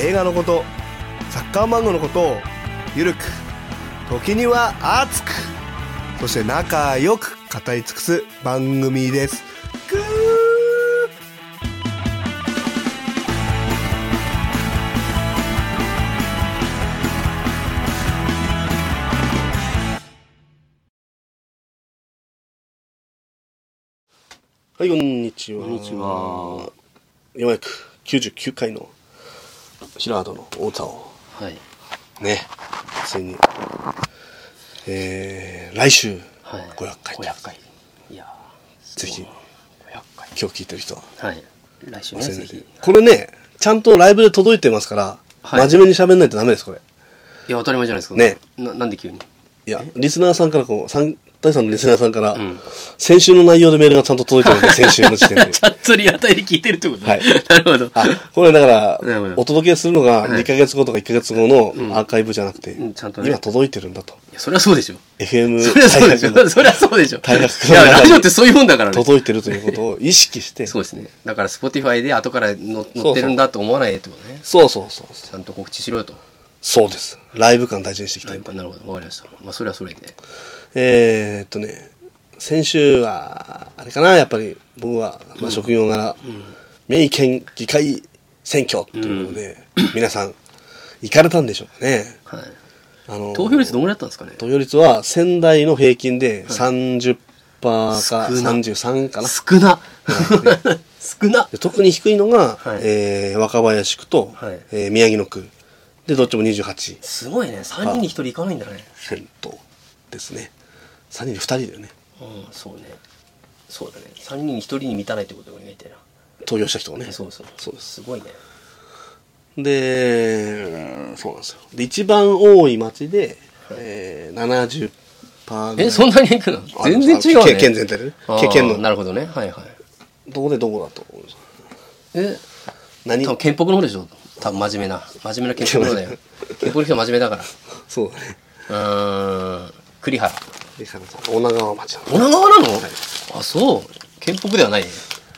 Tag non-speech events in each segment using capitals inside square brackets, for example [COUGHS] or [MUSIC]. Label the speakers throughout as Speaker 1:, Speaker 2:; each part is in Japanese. Speaker 1: 映画のことサッカー漫画のことをゆるく時には熱くそして仲良く語り尽くす番組ですぐーはい、こんにちは。
Speaker 2: こんにちは。
Speaker 1: ようやく99回の平戸の大沢を
Speaker 2: はい。
Speaker 1: ねついにえー、来週
Speaker 2: はい。
Speaker 1: 500回
Speaker 2: 五百回。いやー
Speaker 1: ぜひ。
Speaker 2: 五百回。
Speaker 1: 今日聞いてる人は
Speaker 2: はい。来週ね、
Speaker 1: 忘れ
Speaker 2: ぜ
Speaker 1: ない
Speaker 2: ひ。
Speaker 1: で
Speaker 2: い
Speaker 1: これねちゃんとライブで届いてますから、
Speaker 2: はい
Speaker 1: 真面目に喋んないとダメですこれ
Speaker 2: や、当たり前じゃないですか。
Speaker 1: ね
Speaker 2: な、なんで急に。
Speaker 1: いやリスナーさんからこう三谷さんのリスナーさんから、
Speaker 2: ん
Speaker 1: 先週の内容でメールがちゃんと届い
Speaker 2: [LAUGHS]
Speaker 1: てるんで先週の時点で
Speaker 2: ちゃんとリアタイで聞いてるってことね
Speaker 1: はい
Speaker 2: なるほど。
Speaker 1: あこれだから
Speaker 2: なるほど
Speaker 1: お届けするのが2ヶ月後とか1ヶ月後のアーカイブじゃなくて、
Speaker 2: うんちゃんとね
Speaker 1: 今届いてるんだと
Speaker 2: いや、そりゃ [LAUGHS] そうでしょ。
Speaker 1: FM
Speaker 2: そりゃそうでし
Speaker 1: 大学
Speaker 2: ょ。
Speaker 1: の
Speaker 2: そりゃそうでしょ。
Speaker 1: 大学
Speaker 2: いや、ラジオってそういうもんだからね。
Speaker 1: 届いてるということを意識して
Speaker 2: そうですね。だから、Spotify で後からの載ってるんだと思わないでってことね。
Speaker 1: そうそうそうそう
Speaker 2: ちゃんと告知しろよと。
Speaker 1: そうですライブ感大事にしていきたい、
Speaker 2: はいなるほど。わかりました。まあ、それはそれで。
Speaker 1: えーっとね、先週は、あれかな、やっぱり僕は、まあ、職業柄、名意見議会選挙ということで、皆さん、行かれたんでしょうかね。
Speaker 2: はい。
Speaker 1: あの
Speaker 2: 投票率どんぐらいだったんですかね。
Speaker 1: 投票率は仙台の平均で30%か
Speaker 2: 少な
Speaker 1: 33かな。
Speaker 2: 少な。 [LAUGHS] 少な。
Speaker 1: で特に低いのが、
Speaker 2: はい
Speaker 1: えー若林区と、
Speaker 2: はい
Speaker 1: えー宮城野区。で、どっちも28%
Speaker 2: すごいね。3人に1人いかないんだね。
Speaker 1: ですね。3人で2人だよね。
Speaker 2: うん、そうね。そうだね。3人に1人に満たないってことが意外だよ
Speaker 1: 投票した人がね。
Speaker 2: な。そうそう。
Speaker 1: そうです。
Speaker 2: すごいね。
Speaker 1: で、そうなんですよ。で、一番多い町で、えー、70%ぐらい。
Speaker 2: え、そんなにいくの
Speaker 1: あ
Speaker 2: 全然違う
Speaker 1: あの
Speaker 2: ね。
Speaker 1: 県県全体でね。
Speaker 2: あー
Speaker 1: 県県の。
Speaker 2: なるほどね。はいはい。
Speaker 1: どこでどこだと思うんですか
Speaker 2: え、
Speaker 1: 何
Speaker 2: 多分県北の方でしょ。多分真面目な。真面目な県北の方だ [LAUGHS] よ。県北の人は真面目だから。
Speaker 1: そうだね。
Speaker 2: うーん。栗原。
Speaker 1: でかなさん女川町なの。
Speaker 2: 女川なのあ、そう。県北ではないね。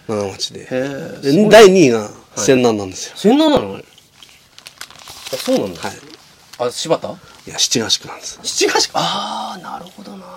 Speaker 1: 女川町で。
Speaker 2: へえ。
Speaker 1: で、第2位が仙南なんですよ。
Speaker 2: 仙南なのあ、そうなんだ。
Speaker 1: はい。
Speaker 2: あ、柴田
Speaker 1: いや、七ヶ宿なんです。
Speaker 2: 七ヶ宿。ああ、なるほど
Speaker 1: 不
Speaker 2: な。
Speaker 1: 思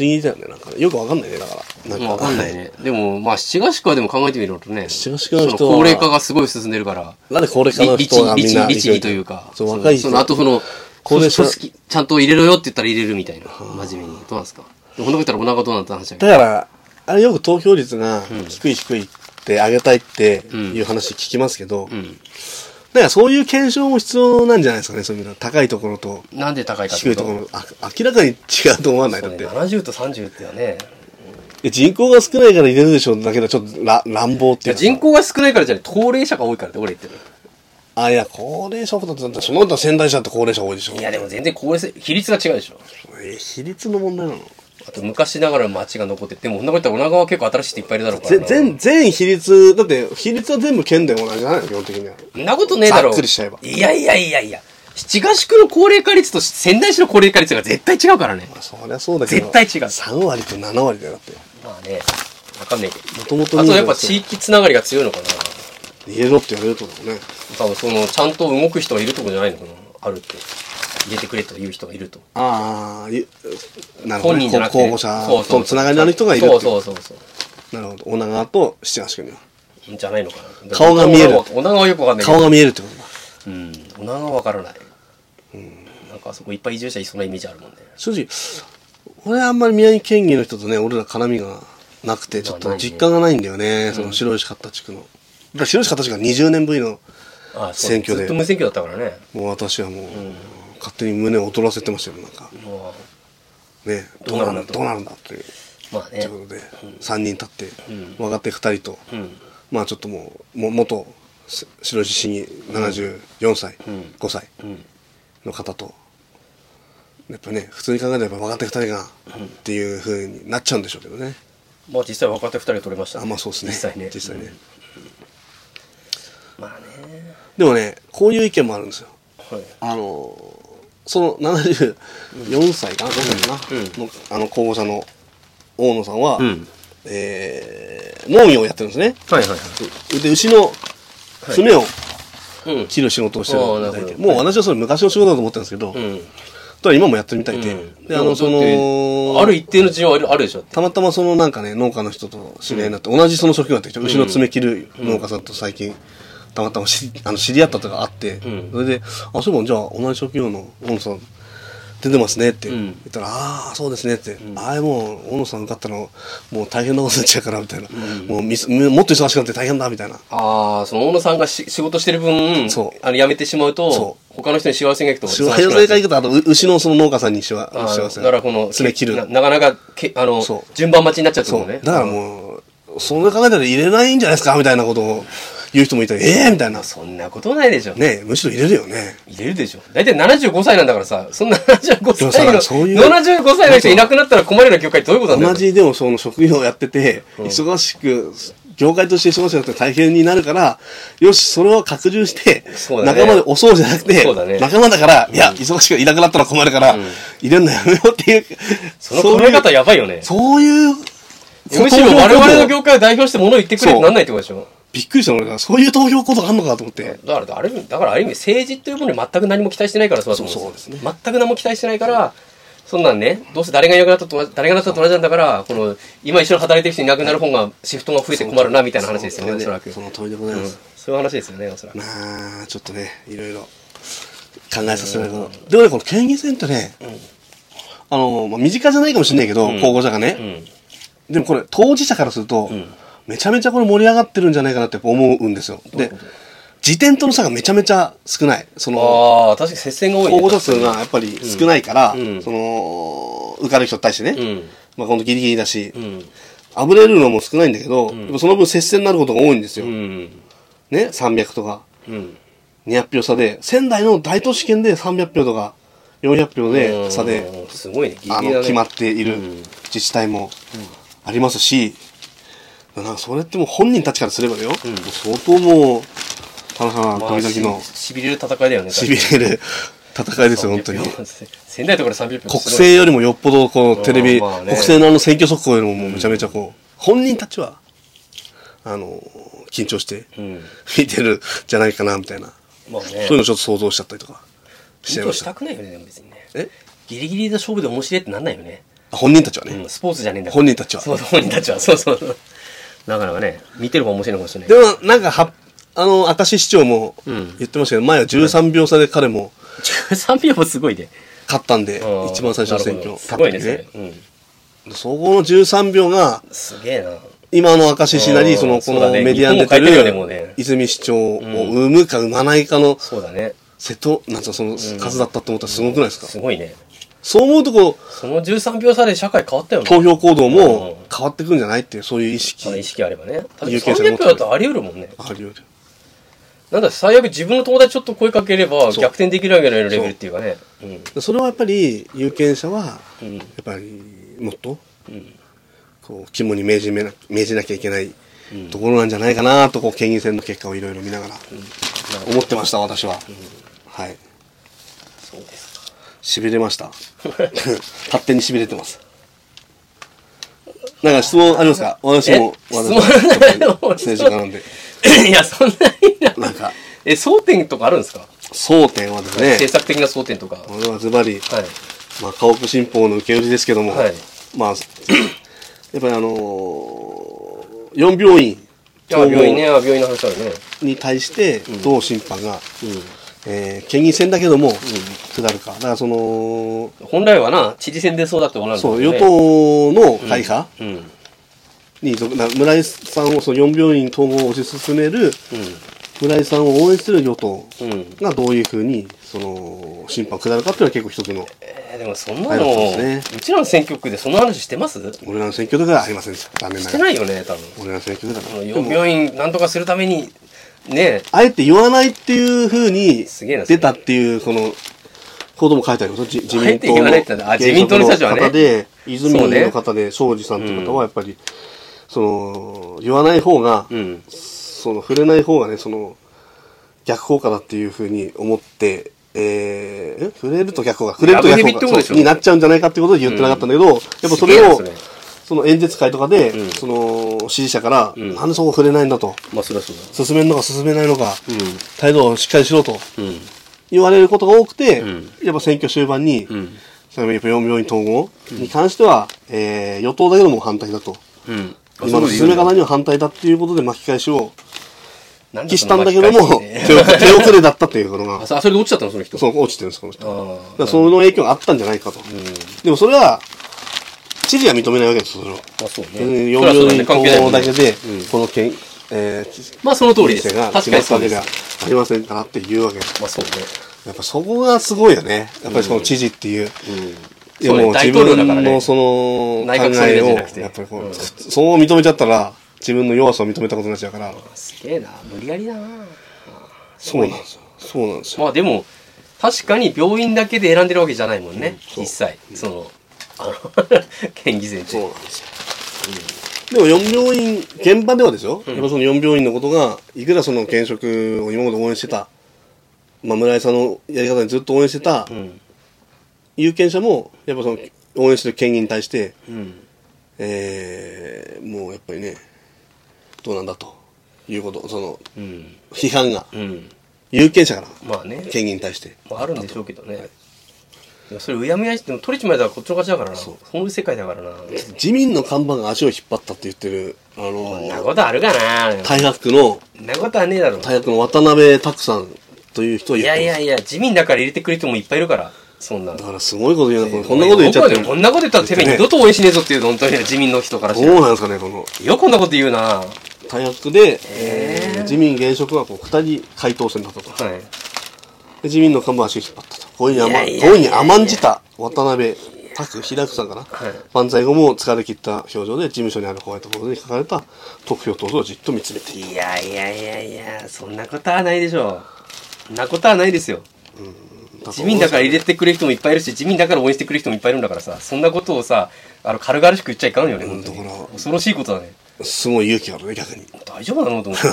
Speaker 1: 議だよね。なんか、よくわかんないね、だから。
Speaker 2: まあ
Speaker 1: ん
Speaker 2: わかんない。ね。でも、まあ、七ヶ宿はでも考えてみるとね、
Speaker 1: 七ヶ宿の人は
Speaker 2: その高齢化がすごい進んでるから、
Speaker 1: なんで高齢化の
Speaker 2: り律
Speaker 1: 人がみんな
Speaker 2: 律律儀というか、
Speaker 1: そう、若い
Speaker 2: そ
Speaker 1: 人。
Speaker 2: のあとその、
Speaker 1: 高齢者
Speaker 2: 組織ちゃんと入れろよって言ったら入れるみたいな、真面目に。どうなんですかでもこんなこと言ったらお腹どうなった話だけ
Speaker 1: だから、あれよく投票率が低い低いって上げたいっていう話聞きますけど、
Speaker 2: ど。うん。
Speaker 1: だからそういう検証も必要なんじゃないですかね、そういう意味では。高いところと
Speaker 2: なんで高いかって
Speaker 1: 低いところ、あ明らかに違うと思わないだ
Speaker 2: そう
Speaker 1: っ
Speaker 2: ね
Speaker 1: て。
Speaker 2: 70と30ってはね、
Speaker 1: で人口が少ないから入れるでしょうだけど、ちょっとら乱暴っ
Speaker 2: い
Speaker 1: てい
Speaker 2: や
Speaker 1: うか
Speaker 2: 人口が少ないからじゃない、高齢者が多いからって俺言ってる。
Speaker 1: あ、いや、高齢者ほどだって、その他仙台者って高齢者多いでしょ。
Speaker 2: いや、でも全然高齢性、比率が違うでしょ。
Speaker 1: え比率の問題なの
Speaker 2: あと、昔ながらの街が残ってて、でもこんなこと言ったら女川は結構新しい人いっぱいいるだろうから
Speaker 1: ぜ
Speaker 2: な。
Speaker 1: 全、全比率、だって、比率は全部県で同じじゃないの基本的には。
Speaker 2: んなことねえだろ。
Speaker 1: ざっくりしちゃえば
Speaker 2: いやいやいやいや。七ヶ宿の高齢化率と仙台市の高齢化率が絶対違うからね。
Speaker 1: まあ、そりゃそうだけど。
Speaker 2: 絶対違う
Speaker 1: 3割と7割だよ、だって。
Speaker 2: まあね、わかんないけど。
Speaker 1: もともと
Speaker 2: あとやっぱ地域つながりが強いのかな。
Speaker 1: 入れろって言われるとだもんね。
Speaker 2: 多分その、ちゃんと動く人がいるとこじゃないのかな。あるって。入れてくれという人がいると。
Speaker 1: ああ、ゆなるほど、
Speaker 2: 本
Speaker 1: ね。
Speaker 2: 人じゃなくて。
Speaker 1: 候補者とつながりのある人がいるってい
Speaker 2: そううそうそうそう。
Speaker 1: なるほど。女川と七橋君には。
Speaker 2: じゃないのかな。
Speaker 1: 顔が見える
Speaker 2: 女川はよくわかんないけど
Speaker 1: 顔。が見えるってことだ。
Speaker 2: うん。女川はわからない。なんかあそこいっぱい移住者いそうなイメージあるもんね。
Speaker 1: 正直、俺あんまり宮城県議の人とね、俺ら絡みがなくて、ちょっと実感がないんだよね。その白石勝田地区の。だから白石勝田地区が20年ぶりの、
Speaker 2: ああそう
Speaker 1: 選挙で
Speaker 2: ずっと無選挙だったからね。
Speaker 1: もう私はもう、勝手に胸を躍らせてましたよ、なんか。
Speaker 2: も
Speaker 1: ね、ど
Speaker 2: ど
Speaker 1: う
Speaker 2: う
Speaker 1: な
Speaker 2: な
Speaker 1: るん
Speaker 2: るん
Speaker 1: だ、
Speaker 2: だ
Speaker 1: どうなるんだっていう。
Speaker 2: うまあ
Speaker 1: とい
Speaker 2: ね
Speaker 1: う。ことで、3人立って、若手2人と、
Speaker 2: ん
Speaker 1: まあちょっともう、も元し白地市議74歳、
Speaker 2: うん
Speaker 1: 5歳
Speaker 2: うん
Speaker 1: の方とやっぱね普通に考えれば若手2人がっていうふうになっちゃうんでしょうけどね
Speaker 2: まあ実際若手2人取れました
Speaker 1: あまあそうですね
Speaker 2: 実際ね
Speaker 1: 実際ね、
Speaker 2: うんまあね
Speaker 1: でもねこういう意見もあるんですよ
Speaker 2: はい
Speaker 1: あのその74歳かな、どう歳かな、
Speaker 2: うん
Speaker 1: のあの候補者の大野さんは、
Speaker 2: うん
Speaker 1: えー農業をやってるんですね
Speaker 2: はいはいは
Speaker 1: で牛の爪を
Speaker 2: いうん
Speaker 1: 切る仕事をして
Speaker 2: あー
Speaker 1: る
Speaker 2: な
Speaker 1: みた
Speaker 2: る
Speaker 1: い
Speaker 2: ほ
Speaker 1: で、も
Speaker 2: ど
Speaker 1: う私はそれ昔の仕事だと思ってるんですけど、
Speaker 2: うん
Speaker 1: ただ今もやってるみたいで、
Speaker 2: うん
Speaker 1: であのそ
Speaker 2: だって
Speaker 1: の
Speaker 2: ある一定の需要あるあるでしょだって
Speaker 1: たまたまそのなんかね農家の人と知り合いになって、同じその職業だった人牛の爪切る農家さんと最近たまたま知りあの知り合ったとかあって、
Speaker 2: うん
Speaker 1: それで「あそういえばじゃあ同じ職業の大野さん出てますね」って
Speaker 2: うん
Speaker 1: 言ったら「ああそうですね」って「ああもう大野さん受かったらもう大変なことになっちゃうから」みたいな、もうみすもっと忙しくなって大変だ」みたいな
Speaker 2: ああ、その大野さんがし仕事してる分、
Speaker 1: そう
Speaker 2: あの辞めてしまう
Speaker 1: そ
Speaker 2: と、他の人に幸せがいくと。
Speaker 1: しわ寄せがいくとあとう牛のその農家さんにしわ
Speaker 2: あ
Speaker 1: しわ
Speaker 2: ー
Speaker 1: せ
Speaker 2: だからこの、
Speaker 1: 爪切る
Speaker 2: ななかなかけ、あの
Speaker 1: そ、
Speaker 2: 順番待ちになっちゃうって
Speaker 1: そ
Speaker 2: こ
Speaker 1: う
Speaker 2: とね。
Speaker 1: だからもうそんな考えたら入れないんじゃないですかみたいなことを言う人もいたり「ええー!」みたいな
Speaker 2: あ。そんなことないでしょ。
Speaker 1: ねえむしろ入れるよね。
Speaker 2: 入れるでしょ。大体75歳なんだからさ、そんな75
Speaker 1: でも
Speaker 2: 歳の、
Speaker 1: さそういう
Speaker 2: 75歳の人いなくなったら困るような業界どういうことなんだよ
Speaker 1: 同。じでもその職業をやってて、忙しく、業界として忙しくなって大変になるから、よし、それを拡充して、
Speaker 2: そうだね
Speaker 1: 仲間で押そうじゃなくて、
Speaker 2: そうだね
Speaker 1: 仲間だから、いや、忙しくいなくなったら困るから、入れるのやめようっていう、
Speaker 2: その考え方やばいよね。
Speaker 1: そういう、そういう、
Speaker 2: むしろ我々の
Speaker 1: 投票行動
Speaker 2: 業界を代表して物を言ってくれってなんないってことでしょ。
Speaker 1: びっくりしたの俺が、そういう投票行動があるのかと思って。
Speaker 2: だから、ある意味、だからある意味政治というものに全く何も期待してないからそうだと思うん
Speaker 1: そうそうです
Speaker 2: 全く何も期待してないから、そんなんね、どうせ誰がいなくなったと同じ、誰がいなくなったと同じなんだから、この、今一緒に働いてる人いなくなる方が、シフトが増えて困るな、みたいな話ですよね、おそらく。
Speaker 1: そ
Speaker 2: そ
Speaker 1: の通りでございます。
Speaker 2: ういう話ですよね、おそらく。
Speaker 1: まあ、ちょっとね、いろいろ考えさせられること。でもね、この県議選ってね、あの、まあ、身近じゃないかもしれないけど、候補者が
Speaker 2: う
Speaker 1: ね、
Speaker 2: ん。
Speaker 1: でもこれ、当事者からすると、めちゃめちゃこれ盛り上がってるんじゃないかなってやっぱ思うんですよ。で、時点との差がめちゃめちゃ少ない。その、
Speaker 2: ああ、確かに接戦が多い
Speaker 1: 候
Speaker 2: ね。
Speaker 1: 補者数がやっぱり少ないから、
Speaker 2: うん
Speaker 1: その、受かる人に対してね、
Speaker 2: うん。
Speaker 1: まあ、このギリギリだし
Speaker 2: う、ん。
Speaker 1: あぶれるのも少ないんだけど、やっぱその分接戦になることが多いんですよ。
Speaker 2: うん。
Speaker 1: ね、300とか。
Speaker 2: うん。
Speaker 1: 200票差で、仙台の大都市圏で300票とか400票で差で、
Speaker 2: うん、すごいね、ギリ
Speaker 1: あ
Speaker 2: ギリだね。
Speaker 1: の、決まっている
Speaker 2: うん
Speaker 1: 自治体もありますし、なんかそれってもう本人たちからすればだよ、もう相当もう、田中さん、
Speaker 2: ま
Speaker 1: 時
Speaker 2: あ、
Speaker 1: 々の
Speaker 2: ししびれる戦いだよね。
Speaker 1: 痺れる戦いですよ、本当に。
Speaker 2: 300票仙台とかで300票
Speaker 1: 国政よりもよっぽどこのテレビ、
Speaker 2: まあまあね
Speaker 1: 国政のあの選挙速報よりももうめちゃめちゃこう、本人たちは、あの、緊張して
Speaker 2: うん。
Speaker 1: 見てるんじゃないかな、みたいな。
Speaker 2: まあね。
Speaker 1: そういうのちょっと想像しちゃったりとかしちゃい
Speaker 2: 意
Speaker 1: ま
Speaker 2: 図
Speaker 1: し。
Speaker 2: したたくないよね、でも別にね。
Speaker 1: え
Speaker 2: ギリギリの勝負で面白いってなんないよね。
Speaker 1: 本人たちはね、
Speaker 2: うん、スポーツじゃねえんだから
Speaker 1: 本人たちは
Speaker 2: そう、本人たちは。そうそうそう。なかなかね、見てる方が面白いのかもしれない。
Speaker 1: でもなんかはあの明石市長も
Speaker 2: ん
Speaker 1: 言ってましたけど、前は13秒差で彼も
Speaker 2: 13票もすごいね。
Speaker 1: 勝ったんで、
Speaker 2: うん
Speaker 1: 一番最初の選挙
Speaker 2: なるほどすごいね、そ
Speaker 1: 勝っ
Speaker 2: れ
Speaker 1: た。ん
Speaker 2: うん。
Speaker 1: でそこの13秒が
Speaker 2: すげえな。
Speaker 1: 今の明石市なりそのこ
Speaker 2: そう
Speaker 1: の
Speaker 2: だね
Speaker 1: メディアに出て
Speaker 2: 日本も変えてるよねも
Speaker 1: る
Speaker 2: うね
Speaker 1: 泉市長を生むか生まないかの
Speaker 2: そうだね。
Speaker 1: 瀬戸なんつうのその数だったと思ったらすごくないですか、
Speaker 2: すごいね。
Speaker 1: そう思うとこう
Speaker 2: その13票差で社会変わったよね。
Speaker 1: 投票行動
Speaker 2: うん
Speaker 1: も変わってくんじゃないっていうそういう意識
Speaker 2: まあ意識あればね。ただ
Speaker 1: 有権者が持っ
Speaker 2: 300
Speaker 1: て
Speaker 2: 票
Speaker 1: る
Speaker 2: だとあり得るもんね。
Speaker 1: あるより
Speaker 2: なんだ、最悪自分の友達ちょっと声かければ
Speaker 1: そう
Speaker 2: 逆転できるぐらいのレベルっていうかね。うん。
Speaker 1: それはやっぱり有権者は
Speaker 2: う
Speaker 1: や
Speaker 2: ん
Speaker 1: っぱりもっと
Speaker 2: うん。
Speaker 1: こう肝に銘じめな銘じなきゃいけないところなんじゃないかなとこう県議選の結果をいろいろ見ながら思ってました私は、はい
Speaker 2: そうですか。
Speaker 1: しびれ
Speaker 2: [LAUGHS]
Speaker 1: ました勝手にしびれてますなんか質問ありますか私も
Speaker 2: え
Speaker 1: 私
Speaker 2: 質問ない
Speaker 1: ち
Speaker 2: の
Speaker 1: ょっと政治家なんで
Speaker 2: いや、そんなにな。
Speaker 1: なんか
Speaker 2: え、争点とかあるんですか、
Speaker 1: 争点はですね
Speaker 2: 政策的な争点とか。は
Speaker 1: これはズバリ、
Speaker 2: い。
Speaker 1: まあ、家屋新法の受け売りですけども、
Speaker 2: はい
Speaker 1: まあやっぱりあのー、4病院
Speaker 2: あ
Speaker 1: 統合
Speaker 2: 病院ね、あ病院の話あるね。
Speaker 1: に対してどう審判が、
Speaker 2: う
Speaker 1: えー県議選だけども下るかだからその、
Speaker 2: ん。本来はな、知事選でそうだってもらうんだけ
Speaker 1: そ
Speaker 2: ど
Speaker 1: う与
Speaker 2: ね
Speaker 1: 党の会派
Speaker 2: うん。うん。
Speaker 1: に属な村井さんをその4病院統合を推し進める村井さんを応援する与党
Speaker 2: うん。
Speaker 1: がどういうふうにその審判を下るかっていうのは結構一つの
Speaker 2: えー、でもそんな
Speaker 1: はい
Speaker 2: の、
Speaker 1: そうで
Speaker 2: うちらの選挙区でそんな話してます
Speaker 1: 俺らの選挙ではありませんでした残念
Speaker 2: し
Speaker 1: な
Speaker 2: て
Speaker 1: がら
Speaker 2: ないよね、多分。
Speaker 1: 俺らの選挙では
Speaker 2: この
Speaker 1: ない
Speaker 2: 病院なんとかするために、ね
Speaker 1: あえて言わないっていう風に
Speaker 2: すげえな
Speaker 1: 出たっていう、この、ことも書いてあります。
Speaker 2: [LAUGHS]
Speaker 1: じ自
Speaker 2: あえ
Speaker 1: 民
Speaker 2: て
Speaker 1: 党
Speaker 2: 言わ
Speaker 1: の
Speaker 2: ないってのはあ自民党の人たちはね
Speaker 1: 現職の方で、
Speaker 2: そ
Speaker 1: 泉
Speaker 2: うね
Speaker 1: の方で、庄司さんという方はやっぱり、その、言わない方が
Speaker 2: え、うん。
Speaker 1: その、触れない方がね、その、逆効果だっていう風に思って、えー、え触れると逆効果、触れると逆
Speaker 2: ラブヘビって
Speaker 1: 効
Speaker 2: こ
Speaker 1: 果
Speaker 2: とでし
Speaker 1: そ
Speaker 2: ょ
Speaker 1: うになっちゃうんじゃないかっていうことで言ってなかったんだけど、やっぱそれ
Speaker 2: すげえな
Speaker 1: を、
Speaker 2: それ
Speaker 1: その演説会とかで、
Speaker 2: ん
Speaker 1: その、支持者から、
Speaker 2: うん
Speaker 1: なんでそこ触れないんだと、
Speaker 2: まあ、そりゃそうだ。
Speaker 1: 進めるのか進めないのか、
Speaker 2: う
Speaker 1: 態度をしっかりしろと
Speaker 2: ん。うん。
Speaker 1: 言われることが多くて、
Speaker 2: うん
Speaker 1: やっぱ選挙終盤に、
Speaker 2: うん。
Speaker 1: そのやっぱ4病院統合に関しては、えー、与党だけども反対だと。
Speaker 2: うん。
Speaker 1: 今の進め方には反対だっていうことで巻き返しを
Speaker 2: なんだ
Speaker 1: 期
Speaker 2: そ
Speaker 1: し
Speaker 2: の
Speaker 1: たんだけど
Speaker 2: 巻き [LAUGHS]
Speaker 1: も、
Speaker 2: 返し
Speaker 1: 手
Speaker 2: ね
Speaker 1: 遅手遅れだったということが
Speaker 2: あ、、そあそれで落ちちゃったの、その人。
Speaker 1: その落ちてるんです、この人。だか
Speaker 2: ああ。
Speaker 1: らその影響があったんじゃないかと。
Speaker 2: うん。
Speaker 1: でもそれは、知事は認めないわけですよ、それは。
Speaker 2: まあ、そうね。
Speaker 1: 4
Speaker 2: そりゃそう
Speaker 1: 病
Speaker 2: だ
Speaker 1: 院
Speaker 2: ね
Speaker 1: 統
Speaker 2: 関係ないも
Speaker 1: 合
Speaker 2: んね
Speaker 1: だけで
Speaker 2: うん、
Speaker 1: この件、えー、
Speaker 2: まあ、その通りです。
Speaker 1: 人生が
Speaker 2: 確
Speaker 1: 決
Speaker 2: か
Speaker 1: まっ
Speaker 2: に
Speaker 1: たわ
Speaker 2: そう
Speaker 1: け
Speaker 2: です。
Speaker 1: では
Speaker 2: ま
Speaker 1: ありませんからっていうわけです。
Speaker 2: あ、そうね。
Speaker 1: やっぱそこがすごいよね。やっぱりその知事っていう。
Speaker 2: うん。
Speaker 1: いや
Speaker 2: そう
Speaker 1: も
Speaker 2: ね、
Speaker 1: う
Speaker 2: 大
Speaker 1: 自
Speaker 2: 統領だから
Speaker 1: 分
Speaker 2: ね
Speaker 1: の。その考
Speaker 2: 内閣総理
Speaker 1: え
Speaker 2: 大臣じゃなく
Speaker 1: を、
Speaker 2: て
Speaker 1: やっぱりこう、
Speaker 2: うん
Speaker 1: そう認めちゃったら自分の弱さを認めたことになっちゃうから、
Speaker 2: すげえな。無理やりだな。
Speaker 1: そうなんですよ。そうなんですよ。
Speaker 2: まあでも、確かに病院だけで選んでるわけじゃないもんね。
Speaker 1: うん
Speaker 2: 実際。その、あの、 [LAUGHS] 県議選って。
Speaker 1: そうなんですよ。でも4病院、現場ではですよ、やっぱその4病院のことが、いくらその現職を今まで応援してた、まあ、村井さんのやり方にずっと応援してた
Speaker 2: うん。
Speaker 1: 有権者も、やっぱその応援してる県議に対して、
Speaker 2: うん。
Speaker 1: えー、もうやっぱりね、どうなんだということ、その
Speaker 2: うん。
Speaker 1: 批判が、
Speaker 2: うん。
Speaker 1: 有権者から、
Speaker 2: まあね。
Speaker 1: 県議に対して。
Speaker 2: まあ、あるんでしょうけどね。いやそれうやむやにしても取れちまえたらこっちの勝ちだからな。そういう世界だからな。 [LAUGHS]
Speaker 1: 自民の看板が足を引っ張ったって言ってる、あ
Speaker 2: そん
Speaker 1: の、
Speaker 2: なことあるか
Speaker 1: [LAUGHS]
Speaker 2: な。
Speaker 1: 大学区の、
Speaker 2: そんなことはねえだろ。
Speaker 1: 大学の渡辺拓さんという人を
Speaker 2: い
Speaker 1: 言っ
Speaker 2: やい
Speaker 1: てま
Speaker 2: や
Speaker 1: す。
Speaker 2: いや、自民だから入れてくれる人もいっぱいいるから。そんな。
Speaker 1: だからすごいこと言うな、こんなこと言っちゃってる。
Speaker 2: 僕はねこんなこと言ったらてめえ二度と応援しねえぞっていう、本当に自民の人からし
Speaker 1: ど
Speaker 2: て。
Speaker 1: うなんですかね、この、
Speaker 2: よ、こんなこと言うな。は
Speaker 1: 大学区で、えー自民現職はこう、二人回当選だったと。で
Speaker 2: い。
Speaker 1: 自民の看板足を引っ張ったと。こういうふうに甘ん、
Speaker 2: いやいやい
Speaker 1: こ
Speaker 2: や
Speaker 1: ういうふうに甘んじた渡辺拓、平久さんかな。
Speaker 2: はい
Speaker 1: 万歳後も疲れ切った表情で事務所にあるホワイトボードに書かれた得票投票をじっと見つめている。
Speaker 2: いやいやいやいや、そんなことはないでしょう。そんなことはないですよ。自民だから入れてくれる人もいっぱいいるし、自民だから応援してくれる人もいっぱいいるんだからさ、そんなことをさ、あの軽々しく言っちゃいかんよね、本当に
Speaker 1: だから。
Speaker 2: 恐ろしいことだね。
Speaker 1: すごい勇気があるね、逆に。
Speaker 2: 大丈夫なのと思って。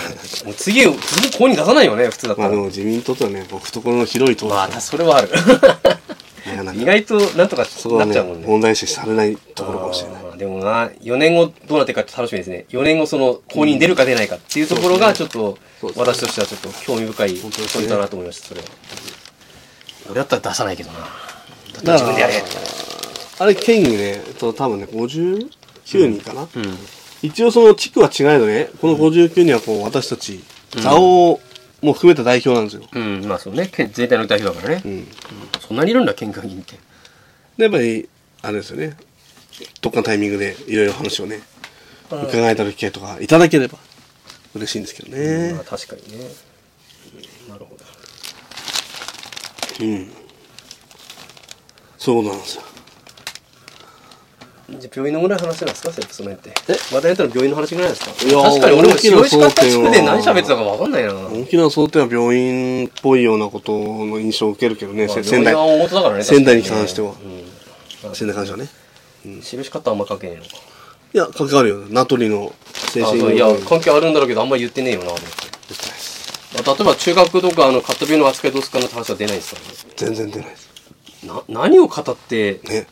Speaker 2: もう次、次こうに出さないよね、普通だった
Speaker 1: まあ
Speaker 2: ら。
Speaker 1: でも自民党とはね、こう懐の広い党
Speaker 2: ま
Speaker 1: だ
Speaker 2: あ、
Speaker 1: か
Speaker 2: たそ
Speaker 1: [LAUGHS]
Speaker 2: れはある。
Speaker 1: ら、ね、なん
Speaker 2: 意
Speaker 1: か
Speaker 2: 外となんとか
Speaker 1: そこは
Speaker 2: なっ
Speaker 1: ね
Speaker 2: ちゃうもんね。
Speaker 1: 問題視されないところかもしれない。
Speaker 2: あーでもな、4年後どうなってるかって楽しみですね。4年後その、公認出るか出ないかっていうところが、ちょっと、
Speaker 1: そうですね
Speaker 2: 私としてはちょっと興味深いポ
Speaker 1: 本当です
Speaker 2: イ
Speaker 1: ね
Speaker 2: ントだなと思いました、それは。俺だったら出さないけどな。だったら
Speaker 1: だか
Speaker 2: 自分でやれ。
Speaker 1: あれ、県議ね、えっと、多分ね、59人かな、
Speaker 2: うん。
Speaker 1: 一応その地区は違えどね、この59人はこう、私たち、蔵王も含めた代表なんですよ。
Speaker 2: うん、まあそうね、県全体の代表だからね。
Speaker 1: うん。で
Speaker 2: そんなにいるんだ、県会議員って。
Speaker 1: やっぱり、あれですよね、どっかのタイミングでいろいろ話をね、伺えたる機会とかいただければ嬉しいんですけどね
Speaker 2: まあ。確かにね。うんなるほど。
Speaker 1: うん。そういうことなんですよ。
Speaker 2: じゃあ病院のぐらい話なんですか、セックスの辺って。
Speaker 1: え
Speaker 2: またやったら病院の話ぐらいなんですか
Speaker 1: いやー
Speaker 2: 確かに俺も
Speaker 1: 大きな
Speaker 2: 白石
Speaker 1: 争
Speaker 2: 方
Speaker 1: 点
Speaker 2: 地区
Speaker 1: は
Speaker 2: で何喋ってたかわかんないな。まあ
Speaker 1: 大きな想定は病院っぽいようなことの印象を受けるけどね、せ仙台
Speaker 2: 病院は大元だからね。
Speaker 1: 仙台に関しては
Speaker 2: 確かにねうん
Speaker 1: 仙台関してはね
Speaker 2: 印方あんま関係ねえのか
Speaker 1: いや関わるよ名取の精
Speaker 2: あ
Speaker 1: 神
Speaker 2: そう
Speaker 1: 病
Speaker 2: い
Speaker 1: 院
Speaker 2: や
Speaker 1: 言って
Speaker 2: 関係あるんだろうけどあんまり言ってねえよな俺
Speaker 1: ないです
Speaker 2: あ例えば中学とかあのカット病の扱いどうすっかの話は出ないんですか
Speaker 1: 全然出ないです
Speaker 2: な何を語って、
Speaker 1: ね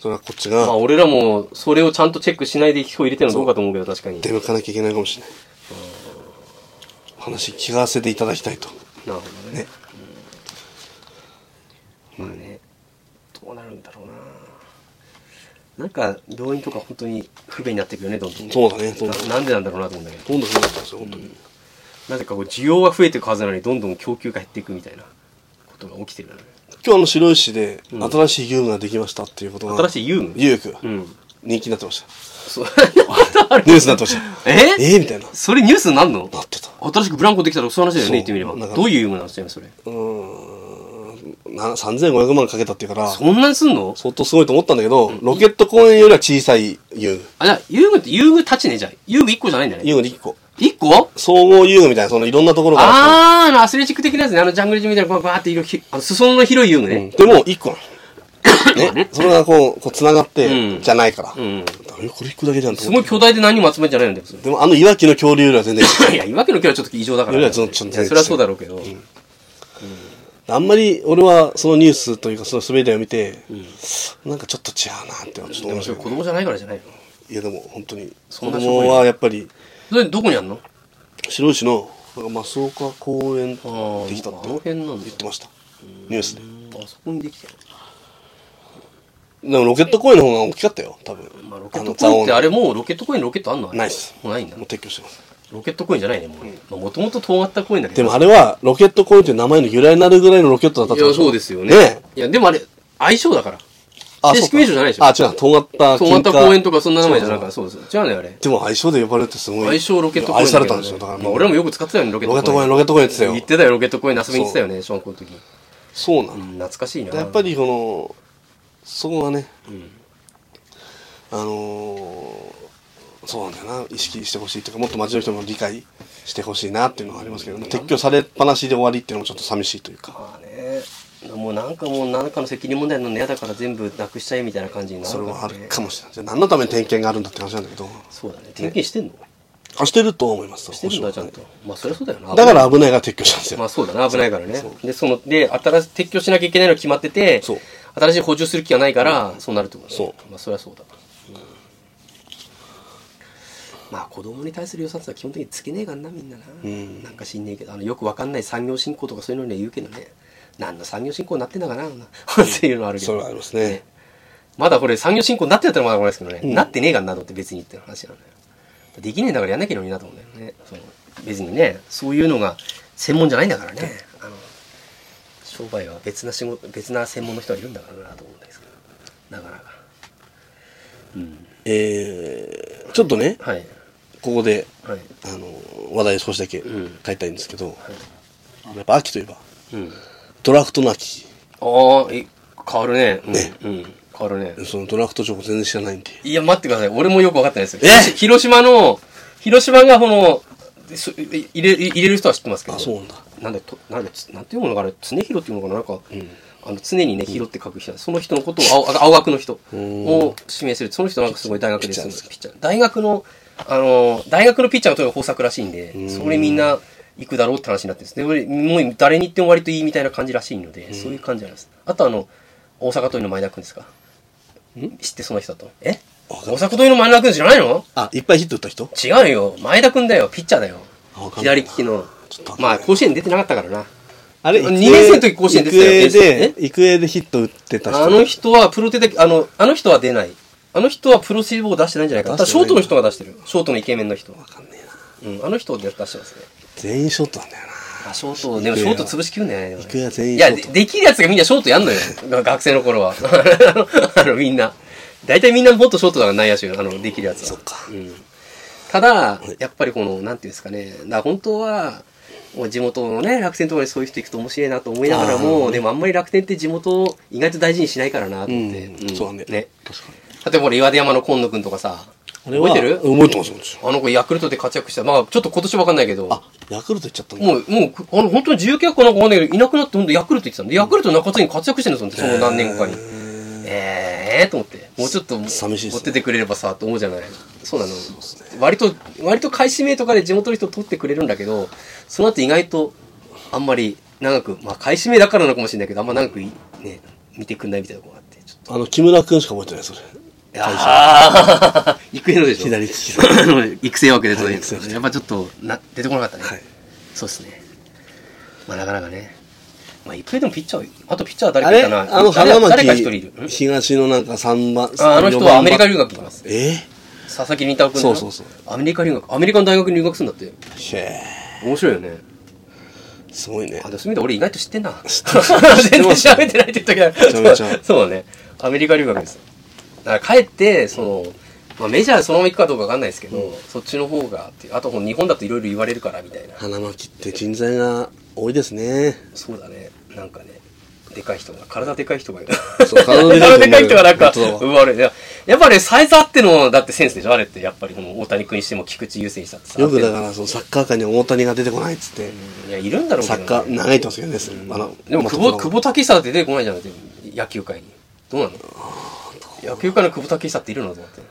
Speaker 1: それはこっち
Speaker 2: まあ、
Speaker 1: が
Speaker 2: 俺らもそれをちゃんとチェックしないで票入れてるのどうかと思うけど確かに
Speaker 1: 出向かなきゃいけないかもしれない話聞かせていただきたいと
Speaker 2: なるほどね
Speaker 1: ね
Speaker 2: うんまあねどうなるんだろうななんか病院とか本当に不便になっていくよねどんどん
Speaker 1: そうだねそうだね
Speaker 2: ななんでなんだろうなと思うんだけど
Speaker 1: どんどんそうなってますよ本当に
Speaker 2: なぜかこう需要が増えていくはずなのにどんどん供給が減っていくみたいなことが起きてるよね
Speaker 1: 今日あの白石で新しい遊具ができましたっていうことが
Speaker 2: 新しい遊具
Speaker 1: 遊具
Speaker 2: うん
Speaker 1: 人気になってました
Speaker 2: [LAUGHS] そんなことある
Speaker 1: ニュースになってました
Speaker 2: え
Speaker 1: えーみたいな
Speaker 2: それニュースになんの
Speaker 1: なってた
Speaker 2: 新しくブランコできたらそういう話だよ
Speaker 1: そう
Speaker 2: ね言ってみれば
Speaker 1: だから
Speaker 2: どういう夢なんですよねそれ
Speaker 1: うーんな3500万かけたっていうから
Speaker 2: そんなにすんの
Speaker 1: 相当すごいと思ったんだけど、ロケット公園よりは小さい遊具。
Speaker 2: あじゃあ遊具って遊具たちねじゃあ遊具1個じゃないんだね
Speaker 1: 遊具1個。
Speaker 2: 一個
Speaker 1: 総合遊具みたいな、そのいろんなところから。
Speaker 2: あー、あのアスレチック的なやつね。あのジャングルジムみたいな、バーって色ひ、あの裾野の広い遊具
Speaker 1: うん
Speaker 2: ね。
Speaker 1: でも、一個な [COUGHS] の。ね、それがこう、こう、繋がって
Speaker 2: う、ん
Speaker 1: じゃないから。
Speaker 2: うん。
Speaker 1: ダメこれ一個だけじゃんと
Speaker 2: す
Speaker 1: 思
Speaker 2: ご
Speaker 1: っ
Speaker 2: い巨大で何も集まんじゃないんだよ、そ
Speaker 1: て。でも、あの、いわきの恐竜よりは全然、
Speaker 2: れ。いや、いわけのキャラちょっと異常だから。
Speaker 1: いやいやちょっとちょっと
Speaker 2: いやそれはそうだろうけど。
Speaker 1: あんまり俺はそのニュースというか、その滑り台を見て、なんかちょっと違うなって、ちょっと
Speaker 2: で
Speaker 1: 思いま
Speaker 2: も
Speaker 1: した
Speaker 2: それ
Speaker 1: け
Speaker 2: 子
Speaker 1: ど。
Speaker 2: 供じゃないからじゃないの。
Speaker 1: いや、でも、本当に、
Speaker 2: そ
Speaker 1: 子
Speaker 2: んな
Speaker 1: 供はやっぱり、
Speaker 2: それどこにあんの
Speaker 1: 白石の、なんか松岡公園
Speaker 2: あー
Speaker 1: できたって
Speaker 2: あの辺なんだ
Speaker 1: 言ってました。ニュースで。
Speaker 2: あそこにできたよ。
Speaker 1: でも、ロケット公園の方が大きかったよ、多分。
Speaker 2: まあ、ロケットコインってあ
Speaker 1: れ
Speaker 2: れもうロケットコインロケットあんのあれ
Speaker 1: ないっす
Speaker 2: もうないんだ
Speaker 1: もう。撤去してます。
Speaker 2: ロケットコインじゃないね、もうね。まあ、もともと遠がったコインだけ
Speaker 1: で
Speaker 2: ど。
Speaker 1: もあれは、ロケットコインという名前の由来になるぐらいのロケットだったっ
Speaker 2: い
Speaker 1: てこと
Speaker 2: や、
Speaker 1: でしょ
Speaker 2: そうですよね。いや、でもあれ、相性だから。
Speaker 1: あ、
Speaker 2: 正
Speaker 1: そう
Speaker 2: 式名称じゃないでしょ
Speaker 1: あ、違う、とんがった
Speaker 2: 遠
Speaker 1: 金
Speaker 2: が
Speaker 1: 貨。
Speaker 2: った公園とかそんな名前じゃないから、そうです。じゃあね、あれ。
Speaker 1: でも相性で呼ばれるってすごい。
Speaker 2: 相性ロケットコイ
Speaker 1: 愛
Speaker 2: ンだ
Speaker 1: さ
Speaker 2: け
Speaker 1: れ
Speaker 2: ど
Speaker 1: た
Speaker 2: ね。
Speaker 1: んですよ。だから
Speaker 2: まあ、俺らもよく使ってたよね、ロケッ
Speaker 1: ロケッ
Speaker 2: ト
Speaker 1: ト
Speaker 2: コ
Speaker 1: 公
Speaker 2: イ
Speaker 1: 園、
Speaker 2: ン。
Speaker 1: ロケット公園って言
Speaker 2: 行
Speaker 1: って
Speaker 2: った
Speaker 1: よ。
Speaker 2: てたよ、ロケット公園遊びに行ってたよね、小学校の時。
Speaker 1: そうな
Speaker 2: うん
Speaker 1: の。、
Speaker 2: 懐かしいな。
Speaker 1: やっぱ、りこの、そこがね、あのー、そうなんだよな、意識してほしいというか、もっと街の人も理解してほしいなっていうのはありますけど、撤去されっぱなしで終わりっていうのもちょっと寂しいというか、
Speaker 2: まあね、もうなんかもう、なんかの責任問題なの嫌だから全部なくしちゃえみたいな感じにな
Speaker 1: それ
Speaker 2: るから、ね。
Speaker 1: はあるかもしれない。じゃあ何のために点検があるんだって話なんだけど、
Speaker 2: そうだね。点検してんの
Speaker 1: あ、してると思います。
Speaker 2: してるんだ、ちゃんと。まあ、そりゃそうだよな。
Speaker 1: だから危ないが撤去したんですよ。
Speaker 2: まあそうだな、危ないからね。で、その、で、新し、撤去しなきゃいけないの決まってて、
Speaker 1: そう
Speaker 2: 新しい補充する気がないから、そうなるってことね。
Speaker 1: そう
Speaker 2: まあそりゃそうだわ。うんまあ子供に対する予算は基本的につけねえからな、みんなな。
Speaker 1: ん
Speaker 2: なんか知んねえけど、あの、よくわかんない産業振興とかそういうのには言うけどね、何の産業振興になってんだかな、 [LAUGHS] っていうのはあるけ
Speaker 1: それはあ
Speaker 2: ど。
Speaker 1: りますね。
Speaker 2: まだこれ産業振興になってたらまだこれですけどね、なってねえからなと思って別にって話なんだよ。できねえんだからやんなきゃいいのになと思うんだよね。その別にね、そういうのが専門じゃないんだからね。あの商売は別な仕事、別な専門の人がいるんだからなと思うんですけど。なかなか。うん。
Speaker 1: えー、ちょっとね、
Speaker 2: はい。
Speaker 1: ここで、
Speaker 2: はい。
Speaker 1: あの、話題少しだけ
Speaker 2: うん
Speaker 1: 変えたいんですけど、
Speaker 2: い
Speaker 1: やっぱ秋といえば、
Speaker 2: うん。
Speaker 1: ドラフトの秋。
Speaker 2: ああ、え、変わるね。うん。
Speaker 1: ね
Speaker 2: うん。変わるね。
Speaker 1: そのドラフト情報全然知らないんで。
Speaker 2: いや、待ってください。俺もよく分かってないですよ。
Speaker 1: え
Speaker 2: 広広島の、広島がこの、そ入れ、入れる人は知ってますけど。
Speaker 1: あ、そうなんだ。
Speaker 2: なんだと、なんだ、つなんていうのかな、常広っていうのかな、なんか、
Speaker 1: ん
Speaker 2: あの常にね、広って書く人なんですその人のことを青、あ青学の人
Speaker 1: ん
Speaker 2: を指名する、その人なんかすごい大学で
Speaker 1: ピッチャー
Speaker 2: す
Speaker 1: ですか
Speaker 2: ピッチャー。大学の、あの、大学のピッチャーがとにかく豊作らしいんで、それみんな行くだろうって話になってるんですね。俺、もう誰に行っても割といいみたいな感じらしいので、そういう感じなんです。あとあの、大阪桐蔭の前田君ですか。知ってその人だと。え
Speaker 1: わ
Speaker 2: 大
Speaker 1: かんない
Speaker 2: 阪桐蔭の前田君知らないの
Speaker 1: あ、いっぱいヒット打った人
Speaker 2: 違うよ。前田君だよ。ピッチャーだよ
Speaker 1: あわ。かんない
Speaker 2: 左利きの
Speaker 1: ちょっとわ。かんな
Speaker 2: ま
Speaker 1: い
Speaker 2: あ、甲子園出てなかったからな。
Speaker 1: あ
Speaker 2: 二年生の時甲子園出てたよ
Speaker 1: 育英
Speaker 2: え
Speaker 1: で、育英でヒット打ってた人。
Speaker 2: あの人はプロテだけ、あの、あの人は出ない。あの人はプロセーブを出してないんじゃないかな。た
Speaker 1: 出
Speaker 2: だ
Speaker 1: し
Speaker 2: シ
Speaker 1: てない
Speaker 2: ョートの人が出してる。ショートのイケメンの人。
Speaker 1: わかんねえな。
Speaker 2: うん、あの人を出してますね。
Speaker 1: 全員ショットなんだよな。
Speaker 2: あ、ショート、でもショート潰しきるんだよね。
Speaker 1: いくら全員
Speaker 2: いや、
Speaker 1: ショー
Speaker 2: で
Speaker 1: ト
Speaker 2: できるやつがみんなショートやんのよ。が学生の頃は。 [LAUGHS] あの、みんな。大体みんなもっとショートだからないやしよ、あの、できるやつは。
Speaker 1: そっか
Speaker 2: うん。ただ、やっぱりこの、なんていうんですかね、だから本当は、もう地元のね、楽天とかにそういう人行くと面白いなと思いながらも、でもあんまり楽天って地元を意外と大事にしないからなと思って。
Speaker 1: うんそうなんだよ
Speaker 2: ね。
Speaker 1: 確かに。
Speaker 2: 例えば俺岩出山の今野くんとかさ、覚えてる
Speaker 1: 覚えてます、覚えてます
Speaker 2: あの子ヤクルトで活躍した。まあちょっと今年わかんないけど。
Speaker 1: あ、ヤクルト行っちゃったんだ。
Speaker 2: もう、もう、あの、本当に自由契約かなんかわかんないけど、いなくなって、本当ヤクルト行ってたんで、ヤクルトの中継に活躍してるんですよ、その何年かに。ええー、と思って、もうちょっと、
Speaker 1: 寂しいですね
Speaker 2: 持っててくれればさ、と思うじゃない。そうなの。割と、割と開始名とかで地元の人取ってくれるんだけど、その後意外と、あんまり長く、まあ、開始名だからなのかもしれないけど、あんま長くい、ね、見てくんないみたいなとこがあって、ちょっ
Speaker 1: あの、木村くんしか覚えてない、それ。
Speaker 2: と。ああ、 [LAUGHS] 行くのでしょ。
Speaker 1: 左利きだ。
Speaker 2: [LAUGHS] 育成枠で取れ
Speaker 1: はい育成枠
Speaker 2: やっぱちょっとな出てこなかったね、
Speaker 1: はい
Speaker 2: そうですねまあなかなかねまあ育成でもピッチャーあとピッチャーは誰
Speaker 1: あ
Speaker 2: かい
Speaker 1: れ
Speaker 2: たな
Speaker 1: あの、
Speaker 2: 誰
Speaker 1: 花
Speaker 2: か誰か一人い
Speaker 1: 巻
Speaker 2: るん
Speaker 1: 東のなんか3番。
Speaker 2: ああの人
Speaker 1: 四番
Speaker 2: はアメリカ留学行きます
Speaker 1: え
Speaker 2: 佐々木麟太郎君だな
Speaker 1: そうそう
Speaker 2: アメリカ留学アメリカの大学に留学するんだって
Speaker 1: へえ。
Speaker 2: 面白いよね
Speaker 1: すごいね
Speaker 2: あ。でもそういう意味で俺意外と知ってんな
Speaker 1: 知ってます
Speaker 2: [LAUGHS] 全然調べてないって言ったけ
Speaker 1: めちゃめ
Speaker 2: ど
Speaker 1: ちゃ
Speaker 2: [LAUGHS] そうだねアメリカ留学ですだから帰ってその、まあ、メジャーそのまま行くかどうかわかんないですけど、そっちの方がっていうあとこの日本だといろいろ言われるからみたいな
Speaker 1: 花巻って人材が多いですね。
Speaker 2: そうだね。なんかね、でかい人が、体でかい人がいる。
Speaker 1: [LAUGHS] そう体でかい人もいる
Speaker 2: 体人がなんか、
Speaker 1: 本当だわ
Speaker 2: 奪われる。いややっぱりサイズあっての、だってセンスでしょあれって、やっぱりこの大谷君にしても菊池雄星にしたってさ。
Speaker 1: よくだから、そのサッカー界に大谷が出てこないっつって、
Speaker 2: いや、いるんだろう
Speaker 1: サ
Speaker 2: け
Speaker 1: ッカ
Speaker 2: ど、
Speaker 1: ー、長いってますけどね、あの、
Speaker 2: でも、久保、久保建英って出てこないじゃん、野球界に。どうなの野球界の久保建英っているのと思って。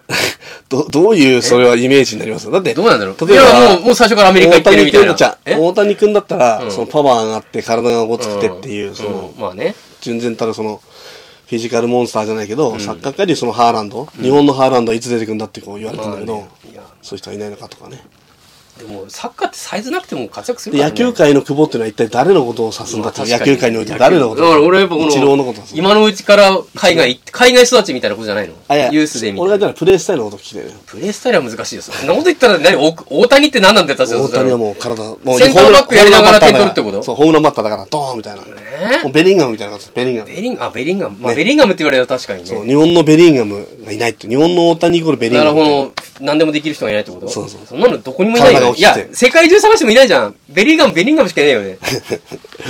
Speaker 1: ど、どういう、それはイメージになりますだって、
Speaker 2: どうなんだろう
Speaker 1: 例え
Speaker 2: い
Speaker 1: ば、
Speaker 2: やもうもう最初からアメリカ行ってるみたいな
Speaker 1: 大谷君じゃ
Speaker 2: え
Speaker 1: 大谷君だった
Speaker 2: う
Speaker 1: ら、
Speaker 2: ん
Speaker 1: そのパワーがあって、体がごつくてっていう、
Speaker 2: ん
Speaker 1: その
Speaker 2: うん、まあね。
Speaker 1: 純然たるその、フィジカルモンスターじゃないけど、サッカー界でそのハーランド、日本のハーランドはいつ出てくるんだってこう言われてんだけど、
Speaker 2: まあねいや
Speaker 1: そういう人はいないのかとかね。
Speaker 2: でも、サッカーってサイズなくても活躍する
Speaker 1: で
Speaker 2: から、
Speaker 1: 野
Speaker 2: ね。
Speaker 1: 球界の久保っていうのは一体誰のことを指すんだって、
Speaker 2: まあ
Speaker 1: 野
Speaker 2: 確かに
Speaker 1: 球界において誰のこと
Speaker 2: だから俺はやっぱこ
Speaker 1: イチローのことを
Speaker 2: の
Speaker 1: 指、す
Speaker 2: 今のうちから海外行って、海外育ちみたいなことじゃないの
Speaker 1: あ、いや、
Speaker 2: ユースでみたい
Speaker 1: 俺が
Speaker 2: な。
Speaker 1: 言ったらプレースタイルのこと聞きたいね。
Speaker 2: プレースタイルは難しいよ。そんなこと言ったら何、大大谷って何なんだよ、確か
Speaker 1: 大
Speaker 2: に。
Speaker 1: 谷はもう体、もう
Speaker 2: センターバックやりながら
Speaker 1: ホームランバッターだ
Speaker 2: 点取るってこと
Speaker 1: そう、ホームランバッターだから、ドーンみたいな。
Speaker 2: えー
Speaker 1: もうベリンガムみたいな感じベリンガム。
Speaker 2: ベリンガム、あ、ベリンガム。まあ、ベリンガムって言われたら確かに
Speaker 1: そう、
Speaker 2: ね。
Speaker 1: 日本のベリンガムがいないって。日本の大谷イコールベリン
Speaker 2: な
Speaker 1: ガ
Speaker 2: る
Speaker 1: ム。
Speaker 2: ほど。何でもできる人がいないってこと
Speaker 1: そうそう
Speaker 2: そんなのどこにもいない
Speaker 1: 体が
Speaker 2: よ。
Speaker 1: 大
Speaker 2: い
Speaker 1: きく
Speaker 2: や
Speaker 1: て、
Speaker 2: 世界中探してもいないじゃん。ベリンガム、ベリンガムしか
Speaker 1: [LAUGHS]
Speaker 2: いないよね。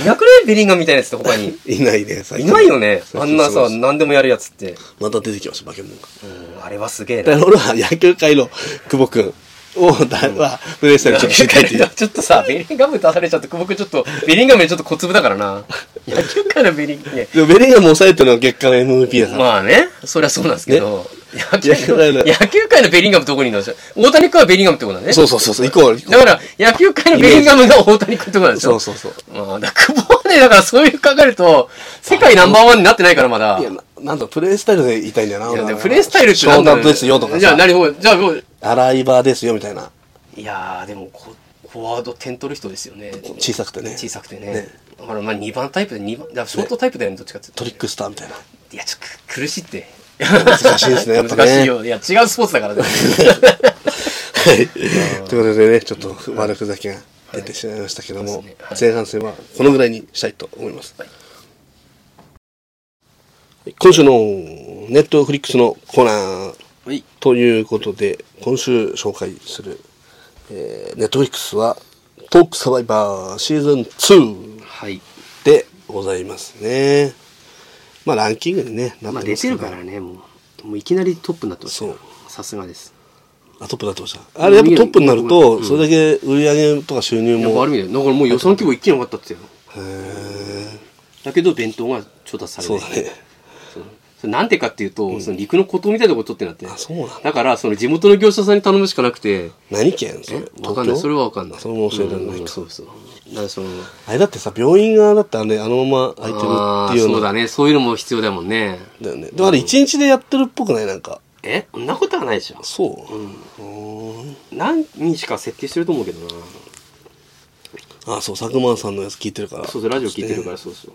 Speaker 2: いなくないベリンガムみたいなやつって他に。
Speaker 1: いないね、最
Speaker 2: い
Speaker 1: 近
Speaker 2: ないよね。
Speaker 1: 最
Speaker 2: あ
Speaker 1: 近
Speaker 2: んな
Speaker 1: そうで
Speaker 2: さ、
Speaker 1: す
Speaker 2: 何でもやるやつって。
Speaker 1: また出てきました、化け物が。
Speaker 2: うん、あれはすげえ
Speaker 1: だ
Speaker 2: な。
Speaker 1: から俺は野球界の久保君を、だは、プレースタイルちょっと知りたいっていう。
Speaker 2: [LAUGHS] ちょっとさ、ベリンガム出されちゃって、僕ちょっと、ベリンガムよりちょっと小粒だからな。野球からベリンガム。
Speaker 1: でもベリンガム抑えてるのは月間の MVP だから。
Speaker 2: まあね、そりゃそうなんですけど、野球
Speaker 1: 野球界の
Speaker 2: 野球界のベリンガムどこにいるの大谷君はベリンガムってことだね。
Speaker 1: そうそうそうそう、イコール。
Speaker 2: だから、野球界のベリンガムが大谷君ってことなんでし
Speaker 1: そ
Speaker 2: ょ
Speaker 1: うそうそう。
Speaker 2: まあ、だから久保はね、だからそういう考えると、世界ナンバーワンになってないからまだ。
Speaker 1: いや、ななんとプレースタイルで言いたいんだよな。
Speaker 2: いや、でも
Speaker 1: 俺は
Speaker 2: プレースタイルって
Speaker 1: 湘
Speaker 2: なんだろ
Speaker 1: 南
Speaker 2: う
Speaker 1: ですよとか
Speaker 2: じゃあ
Speaker 1: さ、
Speaker 2: 何もう、じゃあもう、
Speaker 1: 洗い場ですよみたいな。
Speaker 2: いやー、でもこ、フォワード点取る人ですよね。
Speaker 1: 小さくてね。
Speaker 2: 小さくて
Speaker 1: ね
Speaker 2: ね。だからまあ2番タイプで、2番、だからショートタイプだよね、どっちかっていうと
Speaker 1: トリックスターみたいな。
Speaker 2: いや、ちょっと苦しいって。
Speaker 1: 難しい
Speaker 2: [LAUGHS]
Speaker 1: ですね、やっぱね。
Speaker 2: 難しいよ。いや、違うスポーツだからね。
Speaker 1: はい。ということでね、ちょっと悪ふざけが出てしまいましたけども、
Speaker 2: そうですねはい
Speaker 1: 前半戦はこのぐらいにしたいと思います。今週のネットフリックスのコーナー
Speaker 2: [LAUGHS] はい。
Speaker 1: ということで、今週紹介する、えー、ネットフリックスは、トークサバイバーシーズン2
Speaker 2: はい。
Speaker 1: でございますね。まあランキングにね、な
Speaker 2: まあ
Speaker 1: って
Speaker 2: 出
Speaker 1: ます
Speaker 2: て
Speaker 1: け
Speaker 2: る
Speaker 1: ど
Speaker 2: からね、もう。もういきなりトップになってます
Speaker 1: そう。
Speaker 2: さすがです。
Speaker 1: あ、トップだってました。あれやっぱトップになる
Speaker 2: う
Speaker 1: と、
Speaker 2: ん
Speaker 1: それだけ売り上げとか収入
Speaker 2: なん
Speaker 1: も
Speaker 2: かある意味で、だからもう予算規模一気に上がったってよ。
Speaker 1: へー
Speaker 2: だけど弁当が調達され
Speaker 1: そ
Speaker 2: な
Speaker 1: う
Speaker 2: い。
Speaker 1: だね。
Speaker 2: そうそれなんでかっていうと、その陸の孤島みたいなとこ取ってなって。
Speaker 1: あ、そうなんだ。
Speaker 2: だから、その地元の業者さんに頼むしかなくて、
Speaker 1: 何県それ
Speaker 2: えわかんない。それはわかんない。
Speaker 1: それも教えられないか
Speaker 2: うんそうそう。だからその、
Speaker 1: あれだってさ、病院側だったらね、あのまま空いてる
Speaker 2: あ
Speaker 1: ってい
Speaker 2: ー
Speaker 1: う
Speaker 2: そ
Speaker 1: の
Speaker 2: うだね。そういうのも必要だもんね。
Speaker 1: だよね。でもあれ一日でやってるっぽくないなんか。
Speaker 2: えそんなことはないでしょ。
Speaker 1: そう。うーん
Speaker 2: 何人しか設定してると思うけどな。
Speaker 1: あ、そう、佐久間さんのやつ聞いてるから。。
Speaker 2: そうそう、ラジオ聞いてるからら、そうそう。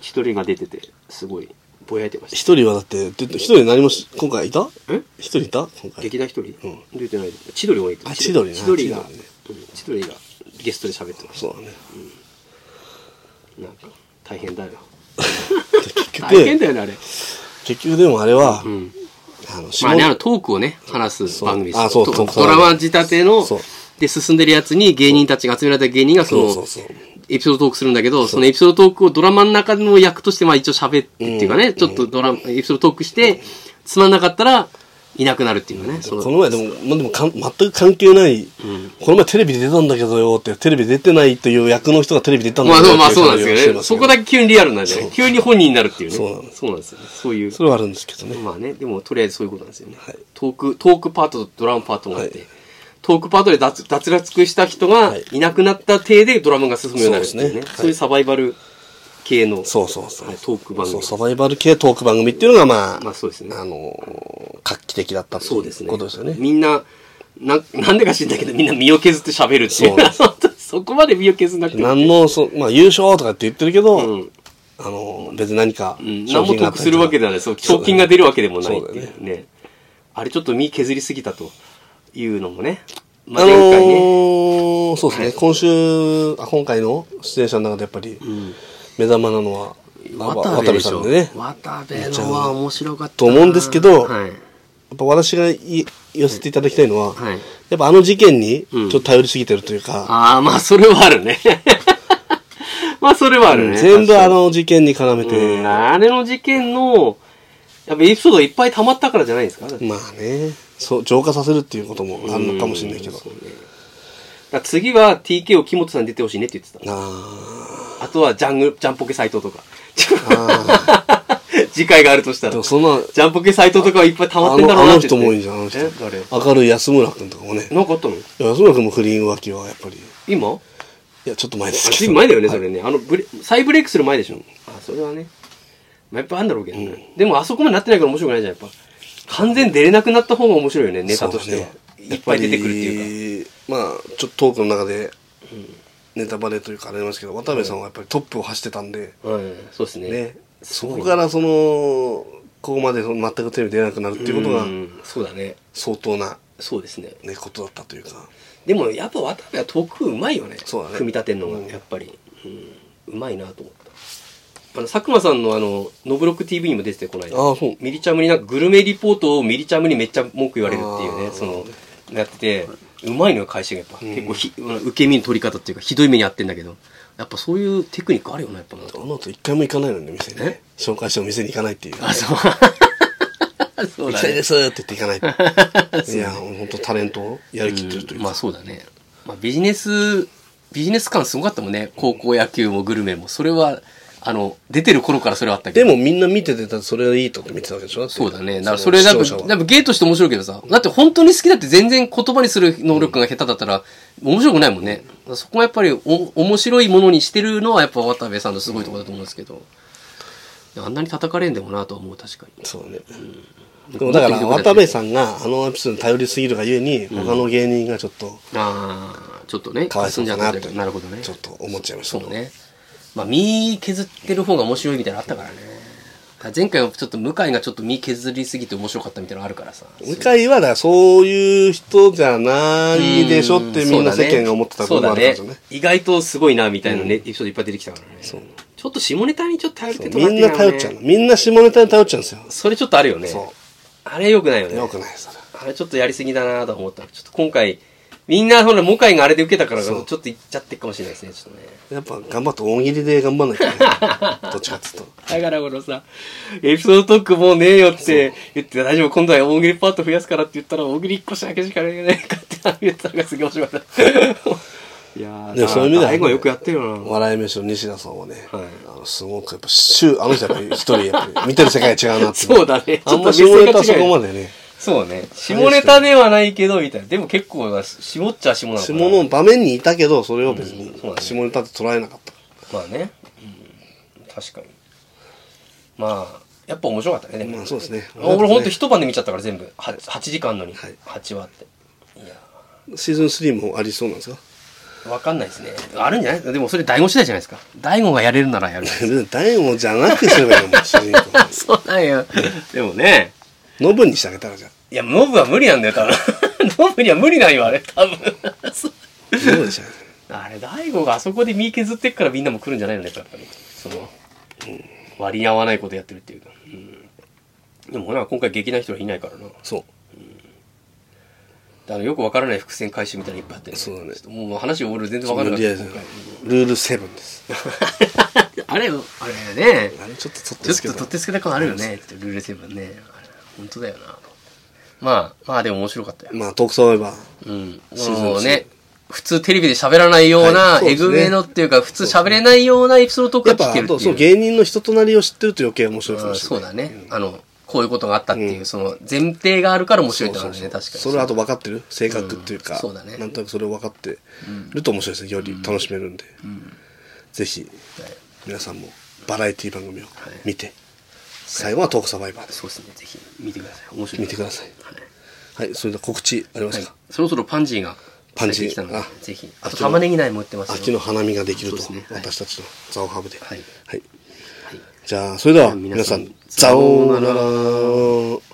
Speaker 2: 一人が出てて、すごい、ぼやいてまし
Speaker 1: 一人はだって、で一人何もし、今回いた
Speaker 2: た。え
Speaker 1: 一人いた今回。
Speaker 2: 劇団一人、出てない。千鳥多い
Speaker 1: あ千鳥な
Speaker 2: 千鳥
Speaker 1: 千
Speaker 2: が
Speaker 1: 鳥ね、
Speaker 2: うん千鳥がゲストで喋ってまし
Speaker 1: そうだね。
Speaker 2: た。なんか、大変だよ。
Speaker 1: 結
Speaker 2: 大変
Speaker 1: 局、
Speaker 2: だよね、あれ。
Speaker 1: 結局でもあれは
Speaker 2: う、ん。
Speaker 1: あの、
Speaker 2: まあね、あの
Speaker 1: 下
Speaker 2: トークをね、話す
Speaker 1: う
Speaker 2: 番組です。
Speaker 1: あそう
Speaker 2: ト
Speaker 1: そうそう
Speaker 2: ドラマ仕立ての
Speaker 1: そう、
Speaker 2: で、進んでるやつに芸人たちが集められた芸人がその、
Speaker 1: そうそうそう
Speaker 2: エピソードトークするんだけど、そのエピソードトークをドラマの中の役として、まあ一応喋ってっていうかね、ちょっとドラマ、エピソードトークして、つまんなかったら、いなくなるっていうかね。その
Speaker 1: この前でも、まあ、でもかん全く関係ない、この前テレビ出てたんだけどよって、テレビ出てないという役の人がテレビ出たんだ
Speaker 2: まあ
Speaker 1: けど
Speaker 2: そ
Speaker 1: よ
Speaker 2: う、まあ
Speaker 1: ってい
Speaker 2: そうなんです
Speaker 1: 話
Speaker 2: よ
Speaker 1: をして
Speaker 2: ね。
Speaker 1: ま
Speaker 2: そこだけ急にリアルなんで、ね、急に本人になるっていうね。
Speaker 1: そうなんで
Speaker 2: そうなんですよね。そういう。
Speaker 1: それはあるんですけどね。
Speaker 2: まあね、でもとりあえずそういうことなんですよね。
Speaker 1: はい
Speaker 2: トーク、トークパートとドラムパートがあって、
Speaker 1: はい
Speaker 2: トークパートで脱脱落した人が
Speaker 1: はい
Speaker 2: いなくなった体でドラムが進むようになるっていう
Speaker 1: そ
Speaker 2: ね。そうう
Speaker 1: ですねはい
Speaker 2: いうサバイバル系の
Speaker 1: そうそうそう。
Speaker 2: はいトーク番
Speaker 1: そう、
Speaker 2: 組。
Speaker 1: サバイバル系トーク番組っていうのが、まあ、
Speaker 2: まあそうですね
Speaker 1: あのー、画期的だったと
Speaker 2: そうです
Speaker 1: いう
Speaker 2: ね。
Speaker 1: ことですよね。
Speaker 2: みんな、な、なんでか知んだけど、みんな身を削って喋るってい
Speaker 1: そう
Speaker 2: う。
Speaker 1: です
Speaker 2: [LAUGHS] 本当にそこまで身を削んなくても。
Speaker 1: 何の、そうまあ、優勝とかって言ってるけど、
Speaker 2: うん。
Speaker 1: あのー、別に何か
Speaker 2: うん、何もトークするわけではない。そう、
Speaker 1: そう
Speaker 2: 賞金が出るわけでもないっ
Speaker 1: そう
Speaker 2: て
Speaker 1: だ
Speaker 2: い
Speaker 1: よ
Speaker 2: うね。あれちょっと身削りすぎたというのもね。ま
Speaker 1: あ
Speaker 2: あ、
Speaker 1: の
Speaker 2: 前回ね。
Speaker 1: ー、そうですね、今週、あ今回の出演者の中でやっぱり、
Speaker 2: うん
Speaker 1: 目玉なのは、
Speaker 2: 渡部でし
Speaker 1: さ
Speaker 2: ょ
Speaker 1: んでね。やっ
Speaker 2: 渡部のは面白かったな
Speaker 1: と思うんですけど
Speaker 2: はい。
Speaker 1: ぱ私がい寄せていただきたいのは、
Speaker 2: はい。
Speaker 1: やっぱあの事件に、ち
Speaker 2: う
Speaker 1: ょ
Speaker 2: ん
Speaker 1: っと頼りすぎてるというか、
Speaker 2: ああ、まあ、それはあるね。 [LAUGHS] まあ、それはあるね。
Speaker 1: 全部あ
Speaker 2: の、
Speaker 1: の事件に絡めて、
Speaker 2: うん、あれの事件の、やっぱエピソードがいっぱい溜まったからじゃないですか。だって
Speaker 1: まあねそう浄化させるっていうこともあんのかもしれないけど
Speaker 2: うんそうねだから次は TK を木本さんに出てほしいねって言って
Speaker 1: あー
Speaker 2: た。あとはジャング、ジャンポケ斎藤とか。 [LAUGHS]
Speaker 1: あ
Speaker 2: 次回があるとした
Speaker 1: ーで
Speaker 2: ら
Speaker 1: も。そん
Speaker 2: [LAUGHS]
Speaker 1: な
Speaker 2: ジャンポケ斎藤とかはいっぱい溜ま
Speaker 1: あ
Speaker 2: ってんだろ
Speaker 1: のあ
Speaker 2: うな
Speaker 1: の
Speaker 2: って
Speaker 1: 人
Speaker 2: 言って。
Speaker 1: も多いじゃんあの人
Speaker 2: え誰
Speaker 1: 明るい安村君とかもね
Speaker 2: なんかあったの
Speaker 1: 安村君も不倫浮気はやっぱり
Speaker 2: 今
Speaker 1: いやちょっと前です
Speaker 2: あ
Speaker 1: け
Speaker 2: ずい
Speaker 1: ど
Speaker 2: ぶん前だよね、
Speaker 1: は
Speaker 2: そ
Speaker 1: い
Speaker 2: れね。あのブレ、再ブレイクする前でしょ。あ、それはね。まあ、やっぱあんだろうけどね。でも、あそこまでなってないから面白くないじゃん、やっぱ。完全に出れなくなった方が面白いよね、ネタとして
Speaker 1: そ
Speaker 2: は。
Speaker 1: うね
Speaker 2: いっぱい出てくるっていうか。
Speaker 1: やっぱりまあちょっとトークの中でネタバレというかありますけど渡部さんはやっぱりトップを走ってたんで、
Speaker 2: うん、そうですね。
Speaker 1: ねそ
Speaker 2: ごい
Speaker 1: こからそのここまでその全くテレビ出なくなるっていうことが
Speaker 2: うんそうだね。
Speaker 1: 相当な、
Speaker 2: そうですね。
Speaker 1: ね、ことだったというか
Speaker 2: でも、やっぱ渡部は得うまいよね。
Speaker 1: そうだね
Speaker 2: 組み立てるのが、
Speaker 1: うん
Speaker 2: やっぱり。うん、うまいなと思った。あの、佐久間さんのあの、ノブロック TV にも出てて、この間。
Speaker 1: ああそう
Speaker 2: ミリチャムになんかグルメリポートをミリチャムにめっちゃ文句言われるっていう
Speaker 1: あ
Speaker 2: ね、
Speaker 1: ー
Speaker 2: その、やってて、うまいのよ、返しがやっぱ。
Speaker 1: うん
Speaker 2: 結構ひ、受け身の取り方っていうか、ひどい目にあってんだけど、やっぱそういうテクニックあるよね、やっぱなんか
Speaker 1: あの後一回も行かないのね店にね紹介してお店に行かないっていう
Speaker 2: あ、
Speaker 1: 行きたいで
Speaker 2: そう。そうだね。
Speaker 1: すって言って行か
Speaker 2: [LAUGHS]
Speaker 1: ないいや本当タレントをやりきってるといううんか、
Speaker 2: まあそうだね。まあビジネス、ビジネス感すごかったもんね。高校野球もグルメも。それは、あの、出てる頃からそれはあったけ
Speaker 1: で
Speaker 2: ど。
Speaker 1: もみんな見ててだってそれがいいとって見てたわけでしょって
Speaker 2: そうだね。だからそれだ
Speaker 1: の
Speaker 2: と、
Speaker 1: 視聴者
Speaker 2: だ
Speaker 1: は
Speaker 2: とゲーとして面白いけどさ。だって本当に好きだって全然言葉にする能力が下手だったら、面白くないもんね。だからそこがやっぱりお面白いものにしてるのはやっぱ渡部さんのすごいところだと思うんですけど。あんなに叩かれんでもなとは思う、確かに。
Speaker 1: そうね、でもだから渡部さんがあのエピソードに頼りすぎるがゆえに、他の芸人がちょっと
Speaker 2: ああ、ちょっとね、
Speaker 1: かわいそう
Speaker 2: じゃ
Speaker 1: だ
Speaker 2: な
Speaker 1: な
Speaker 2: く
Speaker 1: と
Speaker 2: て、なるほどね。
Speaker 1: ちょっと思っちゃいました
Speaker 2: そうね。まあ、身削ってる方が面白いみたいなのあったからね。だから前回はちょっと向井がちょっと身削りすぎて面白かったみたいなのあるからさ。
Speaker 1: 向井はだからそういう人じゃないでしょってみんな世間が思ってた部
Speaker 2: そう
Speaker 1: 分もあ
Speaker 2: だ
Speaker 1: るから
Speaker 2: ね
Speaker 1: じゃない
Speaker 2: 意外とすごいなみたいなね、エピソードいっぱい出てきたからね
Speaker 1: そう
Speaker 2: ちょっと下ネタにちょっと頼って
Speaker 1: みんな頼っちゃうの
Speaker 2: の
Speaker 1: みんな下ネタに頼っちゃうんですよ
Speaker 2: それちょっとあるよね
Speaker 1: そ
Speaker 2: あれよくないよね
Speaker 1: よくないそれ
Speaker 2: あれちょっとやりすぎだなと思ったちょっと今回みんなほら向井があれで受けたからちょ
Speaker 1: そ
Speaker 2: っ
Speaker 1: う
Speaker 2: といっちゃってるかもしれないですねちょっとね
Speaker 1: やっぱ頑張って大喜利で頑張んなきゃ
Speaker 2: [LAUGHS]
Speaker 1: ねどっちかっつうと
Speaker 2: だからこのさ、エピソードトークもうねえよって言って、大丈夫、今度は大喜利パート増やすからって言ったら、大喜利1個しだけしかねえねかって言ってたのがすげえ面白か [LAUGHS] った。いやー、
Speaker 1: でもそういう意味では
Speaker 2: 大悟よくやってるよな。
Speaker 1: 笑い飯の西田さんはね、
Speaker 2: はい
Speaker 1: あのすごくやっぱ週あの人やっぱり一人やっぱり見てる世界が違うなって
Speaker 2: そうだね
Speaker 1: あんま
Speaker 2: ちょ
Speaker 1: 下
Speaker 2: っと目
Speaker 1: ネ
Speaker 2: 線が
Speaker 1: タ
Speaker 2: 違う
Speaker 1: そこまでね
Speaker 2: そうね。下ネタではないけど、みたいな。でも結構な、絞っちゃ下なのか
Speaker 1: 下
Speaker 2: な。
Speaker 1: の場面にいたけどそれを別に
Speaker 2: うんそうだね
Speaker 1: 下ネタって捉えなかった、
Speaker 2: まあね。うん確かに。まあ、やっぱ面白かったね、でも
Speaker 1: まあそうですね
Speaker 2: あ俺ほんと一晩で見ちゃったから、全部。は8時間のに、
Speaker 1: はい
Speaker 2: 8話って。いや
Speaker 1: シーズン3もありそうなんですか
Speaker 2: わかんないですね。あるんじゃないでもそれ大悟次第じゃないですか。大悟がやれるならやる。
Speaker 1: 別に大悟じゃなくてすればいいのもん主人公
Speaker 2: [LAUGHS] そうなんよ。でもね。
Speaker 1: ノブにしてあげたらじゃあ
Speaker 2: いや、ノブは無理なんだよ、多分。 [LAUGHS] ノブには無理なんよ、あれ、多 [LAUGHS] 分。そう
Speaker 1: ノブにしてあげた
Speaker 2: あれ、大悟があそこで身削ってっからみんなも来るんじゃないのね、やっぱり。その、割り合わないことやってるっていうか。うん、でもほら、今回劇団一人いないからな。
Speaker 1: そう
Speaker 2: あのよくわからない伏線回収みたいなのいっぱいあって、
Speaker 1: そうだね
Speaker 2: ちょっともう話俺全然わからな
Speaker 1: と
Speaker 2: か
Speaker 1: りあえ
Speaker 2: った
Speaker 1: ずルール7です
Speaker 2: [LAUGHS] あれ、あれね。
Speaker 1: あれちょっと取ってつ
Speaker 2: ち
Speaker 1: け
Speaker 2: ょっと取ってつけた感あるよね。ルールセブンね。あれ本当だよな。まあ、まあでも面白かったよ。
Speaker 1: まあトークサバイバー
Speaker 2: うん。
Speaker 1: シーズン
Speaker 2: もうね、普通テレビで喋らないよう
Speaker 1: は
Speaker 2: な、
Speaker 1: いそう
Speaker 2: え
Speaker 1: です
Speaker 2: ぐ
Speaker 1: ね
Speaker 2: めのっていうか、普通喋れないようなエピソードとか
Speaker 1: やっぱ
Speaker 2: 聞ける
Speaker 1: あ
Speaker 2: って
Speaker 1: とその
Speaker 2: いう。
Speaker 1: 芸人の人となりを知ってると余計面白いか
Speaker 2: う
Speaker 1: も
Speaker 2: ん
Speaker 1: しれ
Speaker 2: そう
Speaker 1: ない
Speaker 2: だね。あの、こういうことがあったっていう、その前提があるから面白いって話ね、確かに。
Speaker 1: それはあと分かってる性格っていうか、
Speaker 2: うんそうだね
Speaker 1: なんとなくそれを分かってると面白いですねより楽しめるんで、ぜひ
Speaker 2: はい
Speaker 1: 皆さんもバラエティ番組を見て、最後はトークサバイバーです
Speaker 2: そうですね、ぜひ見てください。面白い。
Speaker 1: 見てください
Speaker 2: はい
Speaker 1: はいそれでは告知ありま
Speaker 2: は
Speaker 1: す
Speaker 2: い
Speaker 1: か、。
Speaker 2: そろそろパンジーが、
Speaker 1: パンジー
Speaker 2: きたので
Speaker 1: あ、
Speaker 2: ぜひ。あと玉ねぎ苗も売ってますよ。
Speaker 1: 秋の花見ができると、
Speaker 2: そうですねはい
Speaker 1: 私たちのザオハブで
Speaker 2: はい
Speaker 1: はいじゃあそれでは
Speaker 2: 皆
Speaker 1: 皆
Speaker 2: さ
Speaker 1: さ
Speaker 2: ん
Speaker 1: んザオなら